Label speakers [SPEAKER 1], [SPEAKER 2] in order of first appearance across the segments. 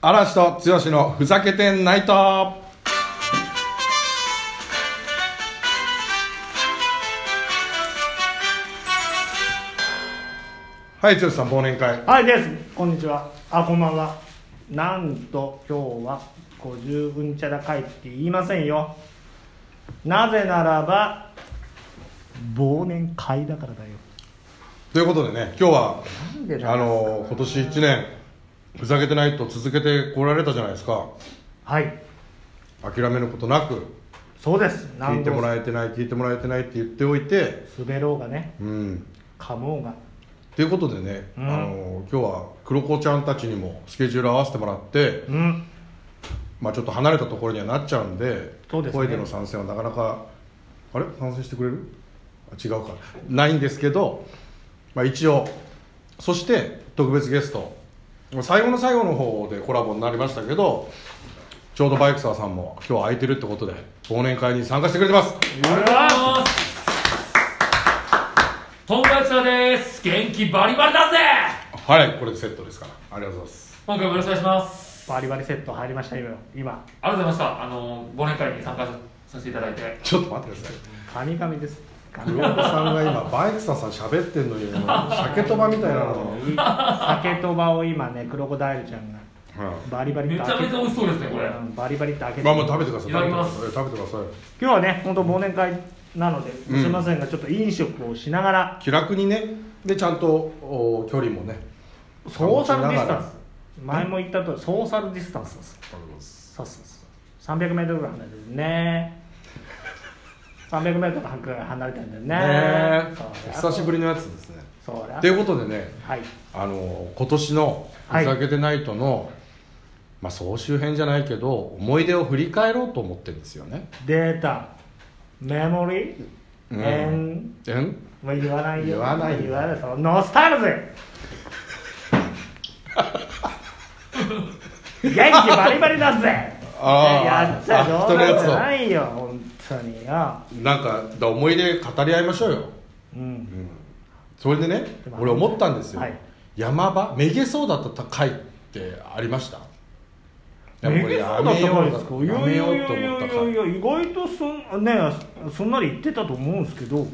[SPEAKER 1] 嵐と剛のふざけてんナイトはい剛さん忘年会
[SPEAKER 2] はいですこんにちはあこんばんはなんと今日は50うんちゃら会って言いませんよなぜならば忘年会だからだよ
[SPEAKER 1] ということでね今日は
[SPEAKER 2] なんで
[SPEAKER 1] あの今年1年ふざけてないと続けてこられたじゃないですか
[SPEAKER 2] はい
[SPEAKER 1] 諦めることなく
[SPEAKER 2] そうです
[SPEAKER 1] 聞いてもら
[SPEAKER 2] え
[SPEAKER 1] えてない聞いてもらえてないって言っておいて
[SPEAKER 2] 滑ろうがね
[SPEAKER 1] うん
[SPEAKER 2] 噛もうが
[SPEAKER 1] ということでね、
[SPEAKER 2] うん
[SPEAKER 1] あの今日は黒子ちゃんたちにもスケジュール合わせてもらって、
[SPEAKER 2] うん
[SPEAKER 1] まあ、ちょっと離れたところにはなっちゃうんで
[SPEAKER 2] そうですね
[SPEAKER 1] 声での参戦はなかなかあれ参戦してくれるあ違うかないんですけど、まあ、一応そして特別ゲスト最後の最後の方でコラボになりましたけどちょうどバイクサーさんも今日は空いてるってことで忘年会に参加してくれてます
[SPEAKER 3] ありがとうございます本格者です元気バリバリだぜ
[SPEAKER 1] はいこれでセットですからありがとうございます
[SPEAKER 3] 今回もよろしくお願いします
[SPEAKER 2] バリバリセット入りましたよ今
[SPEAKER 3] ありがとうございましたあの忘年会に参加させていただいて
[SPEAKER 1] ちょっと待ってください
[SPEAKER 2] 神々です
[SPEAKER 1] 黒子さんが今バイクサーさん喋ってんのにもう鮭とばみたいなの、
[SPEAKER 2] いい酒とばを今ねクロコダイルちゃんがバリバリ
[SPEAKER 3] め
[SPEAKER 2] と
[SPEAKER 3] ち
[SPEAKER 2] 開
[SPEAKER 3] ゃ
[SPEAKER 2] け
[SPEAKER 3] め
[SPEAKER 2] て
[SPEAKER 3] ちゃ美味しそうですねこれ
[SPEAKER 2] うんバリバリって開けて
[SPEAKER 1] まあもう食べてください
[SPEAKER 3] いただきます
[SPEAKER 1] 食べてください
[SPEAKER 2] 今日はね本当忘年会なので、
[SPEAKER 1] うん
[SPEAKER 2] すいませんがちょっと飲食をしながら
[SPEAKER 1] 気楽にねでちゃんとお距離もね
[SPEAKER 2] ソーシャルディス
[SPEAKER 1] 保
[SPEAKER 2] タ
[SPEAKER 1] ちながら
[SPEAKER 2] ンス前も言ったとソーシャルディスタンスですそうそうそう 300m ぐらい離れてるね 300m ぐらい離れてるんだよね
[SPEAKER 1] ね
[SPEAKER 2] そう
[SPEAKER 1] え
[SPEAKER 2] だ
[SPEAKER 1] 久しぶりのやつですね
[SPEAKER 2] そうだ
[SPEAKER 1] ということでね
[SPEAKER 2] はい
[SPEAKER 1] あの今年の「
[SPEAKER 2] は
[SPEAKER 1] ふ
[SPEAKER 2] い
[SPEAKER 1] ざけてないとの」まあ、総集編じゃないけど思い出を振り返ろうと思ってるんですよね
[SPEAKER 2] データメモリー、
[SPEAKER 1] うん
[SPEAKER 2] エン
[SPEAKER 1] えん
[SPEAKER 2] もう言わないよ
[SPEAKER 1] 言わないよ
[SPEAKER 2] 言わないそのノスタルジ ー元気バリバリだぜやっちゃ
[SPEAKER 1] あ人
[SPEAKER 2] どう
[SPEAKER 1] の
[SPEAKER 2] な
[SPEAKER 1] や
[SPEAKER 2] んじ
[SPEAKER 1] つ
[SPEAKER 2] ゃないよ本当によ、
[SPEAKER 1] をなんかだ思い出語り合いましょうよ
[SPEAKER 2] うん、
[SPEAKER 1] それでね
[SPEAKER 2] でも
[SPEAKER 1] 俺思ったんですよ、
[SPEAKER 2] はい
[SPEAKER 1] 山場めげそうだった回ってありましたやっぱ
[SPEAKER 2] め
[SPEAKER 1] これ
[SPEAKER 2] げ
[SPEAKER 1] や
[SPEAKER 2] そうだっ
[SPEAKER 1] め
[SPEAKER 2] た
[SPEAKER 1] よ
[SPEAKER 2] か
[SPEAKER 1] う
[SPEAKER 2] いですかい
[SPEAKER 1] や
[SPEAKER 2] や
[SPEAKER 1] め
[SPEAKER 2] い
[SPEAKER 1] よ
[SPEAKER 2] や
[SPEAKER 1] うと
[SPEAKER 2] い
[SPEAKER 1] 思
[SPEAKER 2] や
[SPEAKER 1] った
[SPEAKER 2] い
[SPEAKER 1] 回
[SPEAKER 2] やいや意外とそん,、ね、そんなに言ってたと思うんですけど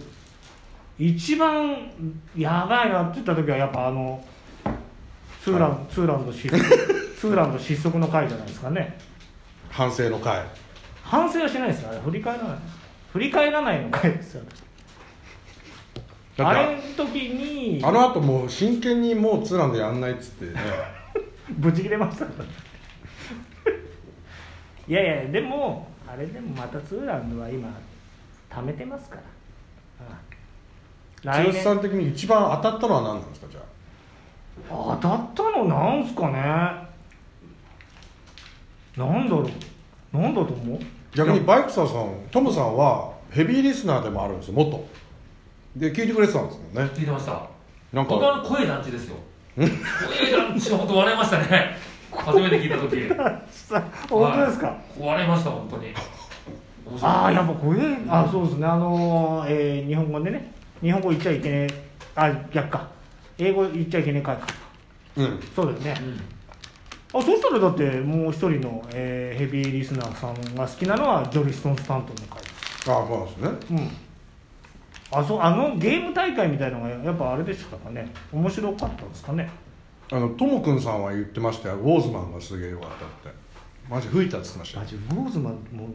[SPEAKER 2] 一番やばいなって言った時はやっぱあのツーラン、ツーランド失 速ツーランド失速の回じゃないですかね
[SPEAKER 1] 反省の回
[SPEAKER 2] 反省はしないですよあれ振り返らない振り返らないの回ですよ
[SPEAKER 1] だ
[SPEAKER 2] あ
[SPEAKER 1] って
[SPEAKER 2] れの時に
[SPEAKER 1] あのあともう真剣にもうツーランでやんないっ つってね
[SPEAKER 2] ぶち切れましたから いやいやでもあれでもまたツーランドは今貯めてますからうん
[SPEAKER 1] 剛
[SPEAKER 2] 来年
[SPEAKER 1] さん的に一番当たったのは何なんですかじゃあ
[SPEAKER 2] 当たったのなんすかねなんだろうなんだと思う
[SPEAKER 1] 逆に
[SPEAKER 2] いや
[SPEAKER 1] バイクサーさんトムさんはヘビーリスナーでもあるんですよ元で聞いてくれてたんですもんね
[SPEAKER 3] 聞いてました
[SPEAKER 1] なん
[SPEAKER 3] 僕は
[SPEAKER 1] か
[SPEAKER 3] あの声団地ですよ声団地は本当笑いましたね初めて聞いた時
[SPEAKER 2] さ 本当ですか、
[SPEAKER 3] はい笑いました本当に面白い
[SPEAKER 2] ああやっぱこれあそうですねあのーえー日本語でね日本語言っちゃいけねえあ逆か英語言っちゃいけねえかか
[SPEAKER 1] うん
[SPEAKER 2] そうですね、
[SPEAKER 3] うん
[SPEAKER 2] あそしたらだってもう一人の、えーヘビーリスナーさんが好きなのはジョリストン・スタントンの回
[SPEAKER 1] あそうなんですね
[SPEAKER 2] うんあそうあのゲーム大会みたいなのがやっぱあれでしたかね面白かったんですかね
[SPEAKER 1] あのトモくんさんは言ってましたよウォーズマンがすげえよかったってマジ吹いたっつってました
[SPEAKER 2] マ
[SPEAKER 1] よ
[SPEAKER 2] ジウォーズマン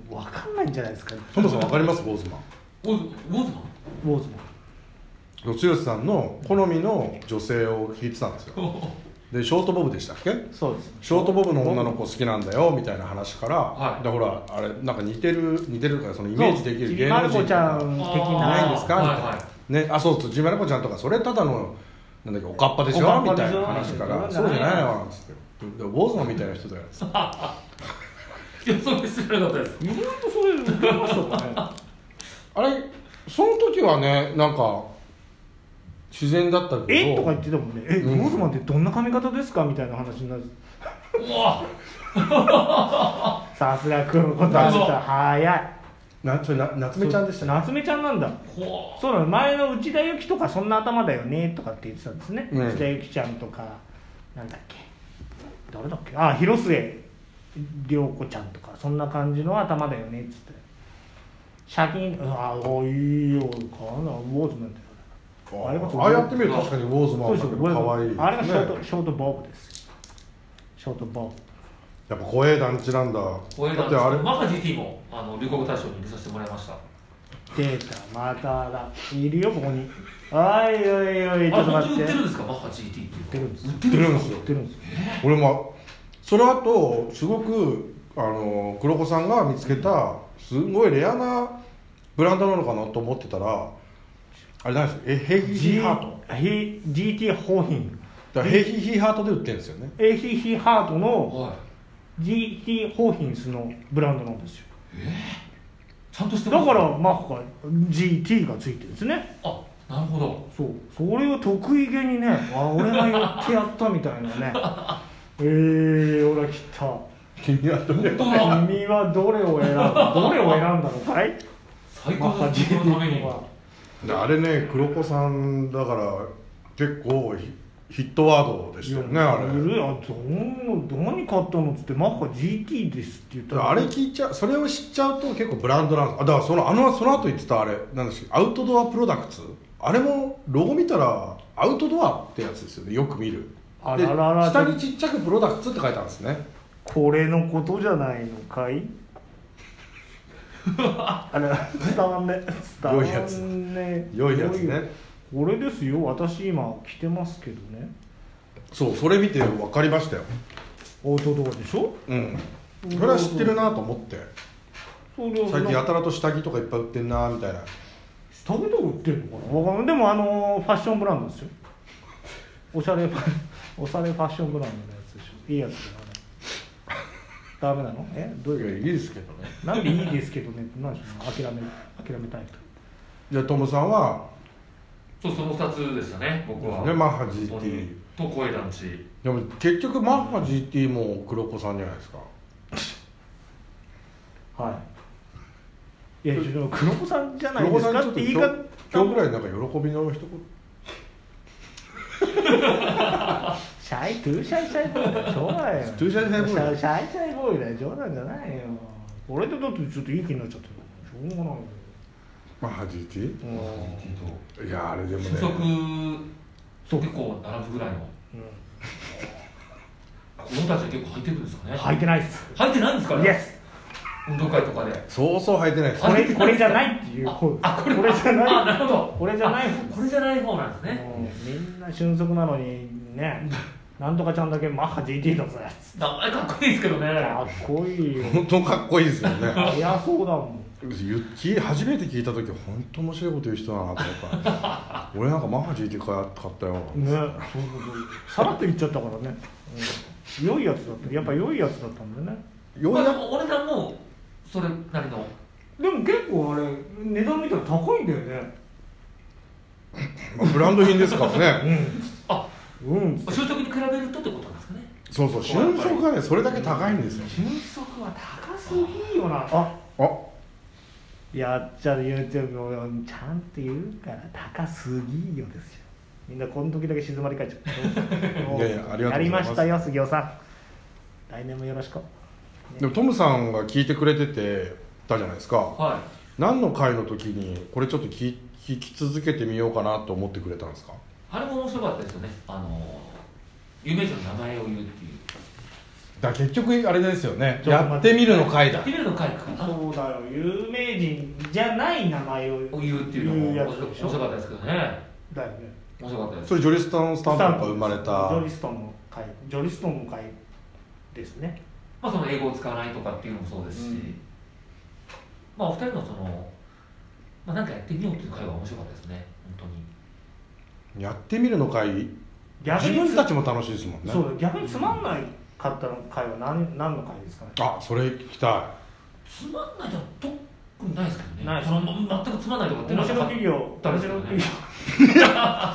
[SPEAKER 2] もう分かんないんじゃないですかウ
[SPEAKER 1] トモさんわかりますウォーズマン
[SPEAKER 3] ウォーズウォーズマン
[SPEAKER 2] ォーズ
[SPEAKER 1] 剛さんの好みの女性を聞いてたんですよでショートボブでしたっけ
[SPEAKER 2] マンそうです
[SPEAKER 1] ショートボブの女の子好きなんだよみたいな話から、
[SPEAKER 3] はい
[SPEAKER 1] でほらあれなんか似てる似てるからそのイメージできる芸能
[SPEAKER 2] マル
[SPEAKER 1] 人
[SPEAKER 2] コちゃん的
[SPEAKER 1] ないん
[SPEAKER 2] な
[SPEAKER 1] ですかみ
[SPEAKER 3] あー
[SPEAKER 1] たいな、
[SPEAKER 3] はいは
[SPEAKER 1] ねあそうそうちびまる子ちゃんとかそれただのなんだっけおかっぱでし
[SPEAKER 2] おか
[SPEAKER 1] ょ
[SPEAKER 2] っぱ
[SPEAKER 1] み
[SPEAKER 2] でし
[SPEAKER 1] た
[SPEAKER 2] ょ
[SPEAKER 1] いな話から
[SPEAKER 2] そ
[SPEAKER 1] そうう
[SPEAKER 2] じ
[SPEAKER 1] じ
[SPEAKER 2] ゃ
[SPEAKER 1] ゃ
[SPEAKER 2] ない
[SPEAKER 1] ないわっつってでウォーズマンみたいな人だよ
[SPEAKER 3] いやそう知らなかったです
[SPEAKER 2] 意外とそういうの受けま したかね
[SPEAKER 1] あれその時はねなんか自然だったけど
[SPEAKER 2] えとか言ってたもんねえ、
[SPEAKER 1] うん
[SPEAKER 2] ウォーズマンってどんな髪型ですかみたいな話になる
[SPEAKER 3] うわ
[SPEAKER 2] さすが君のことある人は早い
[SPEAKER 1] なそれな夏目ちゃんでしたね
[SPEAKER 2] 夏目ちゃんなんだ
[SPEAKER 3] ほ
[SPEAKER 2] そうなの前の内田有紀とかそんな頭だよねとかって言ってたんですね、
[SPEAKER 1] うん
[SPEAKER 2] 内田有紀ちゃんとかなんだっけ誰だっけあ広末涼子ちゃんとかそんな感じの頭だよねっつってシャキーンああいいよかなウォーズマンだよ
[SPEAKER 1] あ
[SPEAKER 2] あれが
[SPEAKER 1] ああやってみると確かにウォーズマ
[SPEAKER 2] そう
[SPEAKER 1] ンだ
[SPEAKER 2] です
[SPEAKER 1] け
[SPEAKER 2] よ
[SPEAKER 1] どかわいい、ね、
[SPEAKER 2] あれがショート、ショートボブですショートボ
[SPEAKER 1] やっぱ怖え団地なんだ
[SPEAKER 3] こ
[SPEAKER 1] だ
[SPEAKER 3] れな
[SPEAKER 1] って
[SPEAKER 3] んです
[SPEAKER 1] あ
[SPEAKER 3] よ
[SPEAKER 1] れ
[SPEAKER 3] マガ GT もあの流行語大賞に入れさせてもらいました
[SPEAKER 2] ブ出たまただいるよここにおいおいおいちょ
[SPEAKER 3] あ
[SPEAKER 2] っと
[SPEAKER 3] 本
[SPEAKER 2] 待って
[SPEAKER 3] 当に売ってるんですかマッハ GT ってい
[SPEAKER 2] 売ってる
[SPEAKER 3] う
[SPEAKER 2] んです
[SPEAKER 3] 売って
[SPEAKER 1] 出
[SPEAKER 3] る
[SPEAKER 1] る
[SPEAKER 3] ん
[SPEAKER 1] ん
[SPEAKER 3] で
[SPEAKER 1] ですす
[SPEAKER 3] か
[SPEAKER 1] よ
[SPEAKER 2] 売ってるんですよ
[SPEAKER 1] 俺もその後すごくあの黒子さんが見つけたすごいレアなブランドなのかなと思ってたらあれ何ですかえヘヒヒ
[SPEAKER 2] G
[SPEAKER 1] ハート
[SPEAKER 2] He- GT ホーヒン
[SPEAKER 1] だからヘヒヒハートで売ってるんですよね
[SPEAKER 2] ACC ハートの
[SPEAKER 3] はい
[SPEAKER 2] GT ホーヒンスのブランドなんですよ
[SPEAKER 3] ちゃんとして
[SPEAKER 2] だ
[SPEAKER 3] ます
[SPEAKER 2] からマッハが GT がついてるんですね
[SPEAKER 3] あなるほど
[SPEAKER 2] そうそれを得意げにねあ俺がやってやったみたいなね えー、俺は来た
[SPEAKER 1] 気になってね
[SPEAKER 3] 本当だ
[SPEAKER 2] 君はどれを選んだどれを選んだのかい
[SPEAKER 3] 最
[SPEAKER 2] マ
[SPEAKER 3] 高
[SPEAKER 2] ッハ
[SPEAKER 3] の自分のため
[SPEAKER 2] GT
[SPEAKER 3] に
[SPEAKER 2] は
[SPEAKER 1] であれね黒子さんだから結構ヒヒットワードでしたよねあれ
[SPEAKER 2] いやどんな何買ったのっつってマッハ GT ですって言ったら
[SPEAKER 1] あれ聞いちゃうそれを知っちゃうと結構ブランドなんですあだからそのあのその後言ってたあれなんですアウトドアプロダクツあれもロゴ見たらアウトドアってやつですよねよく見る
[SPEAKER 2] あ
[SPEAKER 1] で
[SPEAKER 2] ららら
[SPEAKER 1] 下にちっちゃくプロダクツって書いてあるんですね
[SPEAKER 2] これのことじゃないの かいあれ伝わんね伝わ
[SPEAKER 1] 良いやつ
[SPEAKER 2] んね
[SPEAKER 1] 良いやつね
[SPEAKER 2] これですよ私今着てますけどね
[SPEAKER 1] そうそれ見て分かりましたよ
[SPEAKER 2] アウトドアでしょ
[SPEAKER 1] うんそれは知ってるなと思って
[SPEAKER 2] それを
[SPEAKER 1] 最近やたらと下着とかいっぱい売ってんなみたいな
[SPEAKER 2] 下着とか売ってるのかなわかんないでもあのファッションブランドですよおしゃれファ おしゃれファッションブランドのやつでしょいいやつだよあれダメなのえどう
[SPEAKER 1] いや
[SPEAKER 2] いう
[SPEAKER 1] いいですけどね
[SPEAKER 2] なんでいいですけどねってなんでしょう諦め諦めたいと
[SPEAKER 1] じゃあトムさんは
[SPEAKER 3] そうその2つでしたね僕は
[SPEAKER 1] ねマッハ
[SPEAKER 3] 本当に
[SPEAKER 1] GT
[SPEAKER 3] と声団地
[SPEAKER 1] でも結局マッハ GT も黒子さんじゃないですか
[SPEAKER 2] はいいやちょっと黒子さんじゃない
[SPEAKER 1] 黒子
[SPEAKER 2] です
[SPEAKER 1] さん
[SPEAKER 2] か
[SPEAKER 1] ちょ
[SPEAKER 2] っ
[SPEAKER 1] っと
[SPEAKER 2] て言い
[SPEAKER 1] 今日
[SPEAKER 2] 方
[SPEAKER 1] 今日ぐらいなんか喜びの一言
[SPEAKER 2] シャイトゥーシャイシャイボーイだよ冗談よ
[SPEAKER 1] トゥーシャイシャイボーイだよ
[SPEAKER 2] シャイシャイボーイだよ冗談じゃないよ俺でだってちょっといい気になっちゃってるしょうがないよ
[SPEAKER 1] マッハ GT?
[SPEAKER 2] うん
[SPEAKER 1] いやあれでも
[SPEAKER 3] 初
[SPEAKER 1] ね
[SPEAKER 3] 速
[SPEAKER 2] そう
[SPEAKER 3] 結構並ぶぐらいの
[SPEAKER 2] う
[SPEAKER 3] 子供たちは結構履いてるんですかね
[SPEAKER 2] ん履いてないっす
[SPEAKER 3] 履いてないんですか
[SPEAKER 2] イエ
[SPEAKER 3] ね
[SPEAKER 2] ス
[SPEAKER 3] 運動会とかで
[SPEAKER 1] そうそう履いてないです
[SPEAKER 2] これこれじゃないっていう方
[SPEAKER 3] あこれ
[SPEAKER 2] じゃ
[SPEAKER 3] あ
[SPEAKER 2] ない
[SPEAKER 3] なるほど
[SPEAKER 2] これじゃない
[SPEAKER 3] これじゃない方なんですね
[SPEAKER 2] もうみんな俊足なのに ねなんとかちゃんだけマッハ GT だぜ
[SPEAKER 3] 名前かっこいいですけどね
[SPEAKER 2] かっこいいよ
[SPEAKER 1] 本当かっこいいですよね
[SPEAKER 2] 速そうだもん
[SPEAKER 1] ゆき初めて聞いた時本当面白いこと言う人だなと思った俺なんかマッハ GT 買ったよ
[SPEAKER 2] ねそうそうそうさらっと言っちゃったからね、うん、良いやつだったやっぱ良いやつだったんだよね
[SPEAKER 1] よう
[SPEAKER 3] まあ、
[SPEAKER 1] や
[SPEAKER 3] で
[SPEAKER 1] く
[SPEAKER 3] も俺らもそれなりの
[SPEAKER 2] でも結構あれ値段見たら高いんだよね
[SPEAKER 1] まあブランド品ですからね
[SPEAKER 3] あ
[SPEAKER 2] うんうん
[SPEAKER 3] 就職に比べるとってことなんですかね
[SPEAKER 1] そうそう俊足がねそれだけ高いんですよ
[SPEAKER 2] 俊足は高すぎよなあ
[SPEAKER 1] あ
[SPEAKER 2] やっちゃう YouTube をちゃんと言うから高すぎよですよみんなこの時だけ静まり返っちゃう
[SPEAKER 1] いやいやありがとうございます
[SPEAKER 2] やりましたよ杉尾さん来年もよろしく
[SPEAKER 1] でもトムさんが聞いてくれててたじゃないですか
[SPEAKER 3] は
[SPEAKER 1] 何の回の時にこれちょっと聞聞き続けてみようかなと思ってくれたんですか
[SPEAKER 3] いあれも面白かったですよねあの有名人の名前を言うっていう
[SPEAKER 1] だから結局あれですよね
[SPEAKER 2] ちょっと
[SPEAKER 1] やっ
[SPEAKER 2] 待って
[SPEAKER 1] てみるの回
[SPEAKER 3] や
[SPEAKER 1] だ
[SPEAKER 3] ってみるの回かなを
[SPEAKER 2] そうだよ有名人じゃない名前を
[SPEAKER 3] 言うっていうのも
[SPEAKER 2] 言うや
[SPEAKER 3] 面
[SPEAKER 2] つ
[SPEAKER 3] 白
[SPEAKER 2] でしょ
[SPEAKER 3] 面白かったですけどね
[SPEAKER 2] だよね
[SPEAKER 3] 面白かったです
[SPEAKER 1] それジョリスタンスタンプが生まれた
[SPEAKER 2] ジョリストンの会ジョリストンの会ですね
[SPEAKER 3] まあ、その英語を使わないとかっていうのもそうですし、
[SPEAKER 2] うん
[SPEAKER 3] まあお二人のその、まあ、なんかやってみようっていう会は面白かったですね本
[SPEAKER 1] やってみるの回
[SPEAKER 2] 逆
[SPEAKER 1] 自
[SPEAKER 2] に
[SPEAKER 1] 分たちも楽しいですもんね
[SPEAKER 2] そうだ逆につまんないかったの会は何何の会ですかね
[SPEAKER 1] あそれ聞きた
[SPEAKER 3] 当につまんないじゃ特にないですけどね
[SPEAKER 2] ないです
[SPEAKER 3] そのま全くつまんないとかっていうの
[SPEAKER 2] 面白
[SPEAKER 3] はなかっ
[SPEAKER 2] 企業
[SPEAKER 3] た
[SPEAKER 2] 面
[SPEAKER 3] で
[SPEAKER 2] 白
[SPEAKER 3] すよね
[SPEAKER 2] 企業 面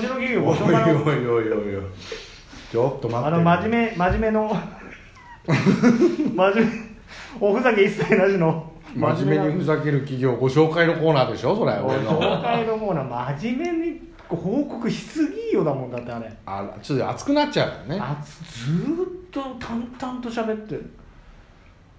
[SPEAKER 2] 白企
[SPEAKER 1] い
[SPEAKER 2] 業
[SPEAKER 1] お
[SPEAKER 2] ご
[SPEAKER 1] い
[SPEAKER 2] 紹介の
[SPEAKER 1] おいおいおいおいちょっと待って
[SPEAKER 2] あの真面目真面目の真面目おふざけ一切なしの
[SPEAKER 1] 真面目にふ
[SPEAKER 2] ざ
[SPEAKER 1] ざける企業ご紹介のコーナーでしょそれ
[SPEAKER 2] け
[SPEAKER 1] 俺
[SPEAKER 2] 紹
[SPEAKER 1] の
[SPEAKER 2] 介のコーナー真面目に報告しすぎよだもんだってあれ
[SPEAKER 1] あちょっと熱くなっちゃうからね
[SPEAKER 2] あずずーっと淡々と喋ってる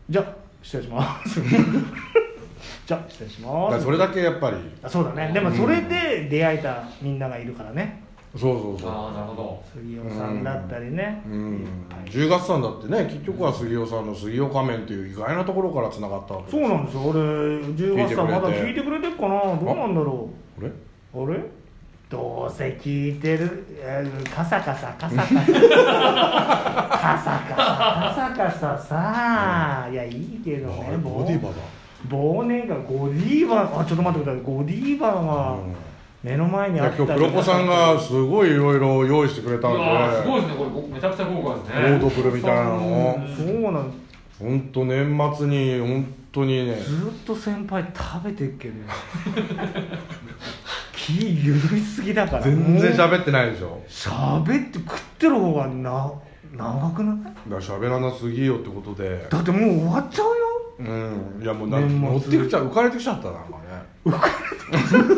[SPEAKER 2] じゃあ失礼します じゃあ失礼し
[SPEAKER 1] だ
[SPEAKER 2] ま
[SPEAKER 1] から
[SPEAKER 2] す
[SPEAKER 1] それだけやっぱり
[SPEAKER 2] あそうだねでもそれで出会えたみんながいるからね
[SPEAKER 1] そうそうそう
[SPEAKER 3] ああなるほど
[SPEAKER 2] 杉尾さんだったりね
[SPEAKER 1] うん
[SPEAKER 2] いっぱい
[SPEAKER 1] 10月さんだってね結局は杉尾さんの杉尾仮面という意外なところからつながったわけ
[SPEAKER 2] そうなんですよ俺10月さんまだ聞いてくれてるかなどうなんだろ
[SPEAKER 1] あれ
[SPEAKER 2] うあれどうせ聞いてる、えー、カサカサカ サカサカサカサカサカサさあいやいいけど
[SPEAKER 1] あ
[SPEAKER 2] ね
[SPEAKER 1] れ
[SPEAKER 2] もう
[SPEAKER 1] ボディバだ
[SPEAKER 2] 忘年会ゴディーバーあちょっと待ってくださいゴディーバーが
[SPEAKER 1] うん
[SPEAKER 2] 目の前に
[SPEAKER 1] い
[SPEAKER 2] あ
[SPEAKER 1] や
[SPEAKER 2] った
[SPEAKER 1] 今日黒子さんがすごいいろいろ用意してくれ
[SPEAKER 3] い
[SPEAKER 1] たんで
[SPEAKER 3] やーすごいですねこれめちゃくちゃ豪華ですね
[SPEAKER 1] オードブルみたいなの
[SPEAKER 3] ん
[SPEAKER 2] そうなん
[SPEAKER 1] 本当年末に本当にね
[SPEAKER 2] ずーっと先輩食べてっ けど気緩いすぎだから
[SPEAKER 1] 全然
[SPEAKER 2] もう
[SPEAKER 1] 喋ってないでしょ
[SPEAKER 2] 喋って食ってる方がな長くない
[SPEAKER 1] だから喋らなすぎよってことで
[SPEAKER 2] だってもう終わっちゃうよ
[SPEAKER 1] うんいやもうな
[SPEAKER 2] 年末
[SPEAKER 1] 乗ってきちゃう浮かれてきちゃったななんかね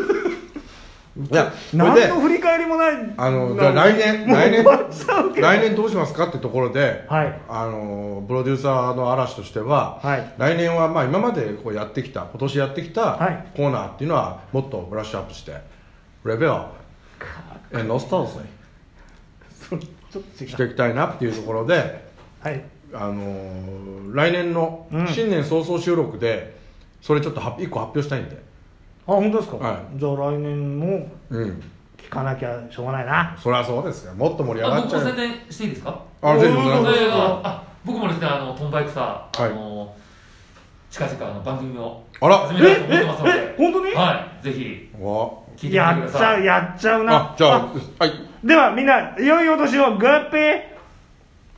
[SPEAKER 1] 浮かれてきち ゃっいやそれ
[SPEAKER 2] 何
[SPEAKER 1] で
[SPEAKER 2] の振り返りもない
[SPEAKER 1] あのだ
[SPEAKER 2] な
[SPEAKER 1] から来年来年
[SPEAKER 2] 終わっちゃうけど
[SPEAKER 1] 来年どうしますかってところで、
[SPEAKER 2] はい
[SPEAKER 1] あのプロデューサーの嵐としては、
[SPEAKER 2] はい
[SPEAKER 1] 来年はまあ今までこうやってきた今年やってきた
[SPEAKER 2] はい
[SPEAKER 1] コーナーっていうのはもっとブラッシュアップしてレベルアップえノスタルジー
[SPEAKER 2] それちょっと違う
[SPEAKER 1] していきたいなっていうところで、
[SPEAKER 2] はい
[SPEAKER 1] あの来年の
[SPEAKER 2] うん
[SPEAKER 1] 新年早々収録でそれちょっとは一個発表したいんで、
[SPEAKER 2] あ本当ですか、
[SPEAKER 1] は
[SPEAKER 2] じゃあ来年も
[SPEAKER 1] うん、
[SPEAKER 2] 聞かなきゃしょうがないな
[SPEAKER 1] そりゃそうですよもっと盛り上
[SPEAKER 3] あ
[SPEAKER 1] がっ
[SPEAKER 3] 僕
[SPEAKER 1] ちゃ
[SPEAKER 3] も宣
[SPEAKER 1] う
[SPEAKER 3] 伝していいですか
[SPEAKER 1] あぜひございま
[SPEAKER 3] そ
[SPEAKER 2] う
[SPEAKER 1] す
[SPEAKER 2] です
[SPEAKER 3] れ
[SPEAKER 2] か
[SPEAKER 3] があ僕もですねあのトンバイクさ、
[SPEAKER 1] はい
[SPEAKER 3] あの近々あの番組を
[SPEAKER 1] あら
[SPEAKER 3] 始
[SPEAKER 2] え
[SPEAKER 3] めたいと思って
[SPEAKER 2] え
[SPEAKER 3] ますので
[SPEAKER 2] え本当に、
[SPEAKER 3] はいぜひ
[SPEAKER 1] わ
[SPEAKER 3] 聞いてみて
[SPEAKER 2] や
[SPEAKER 3] くだ
[SPEAKER 2] っちゃ
[SPEAKER 3] さ
[SPEAKER 2] う
[SPEAKER 3] い
[SPEAKER 2] やっちゃうな
[SPEAKER 1] あじゃあはい
[SPEAKER 2] ではみんな良いお年をグッピー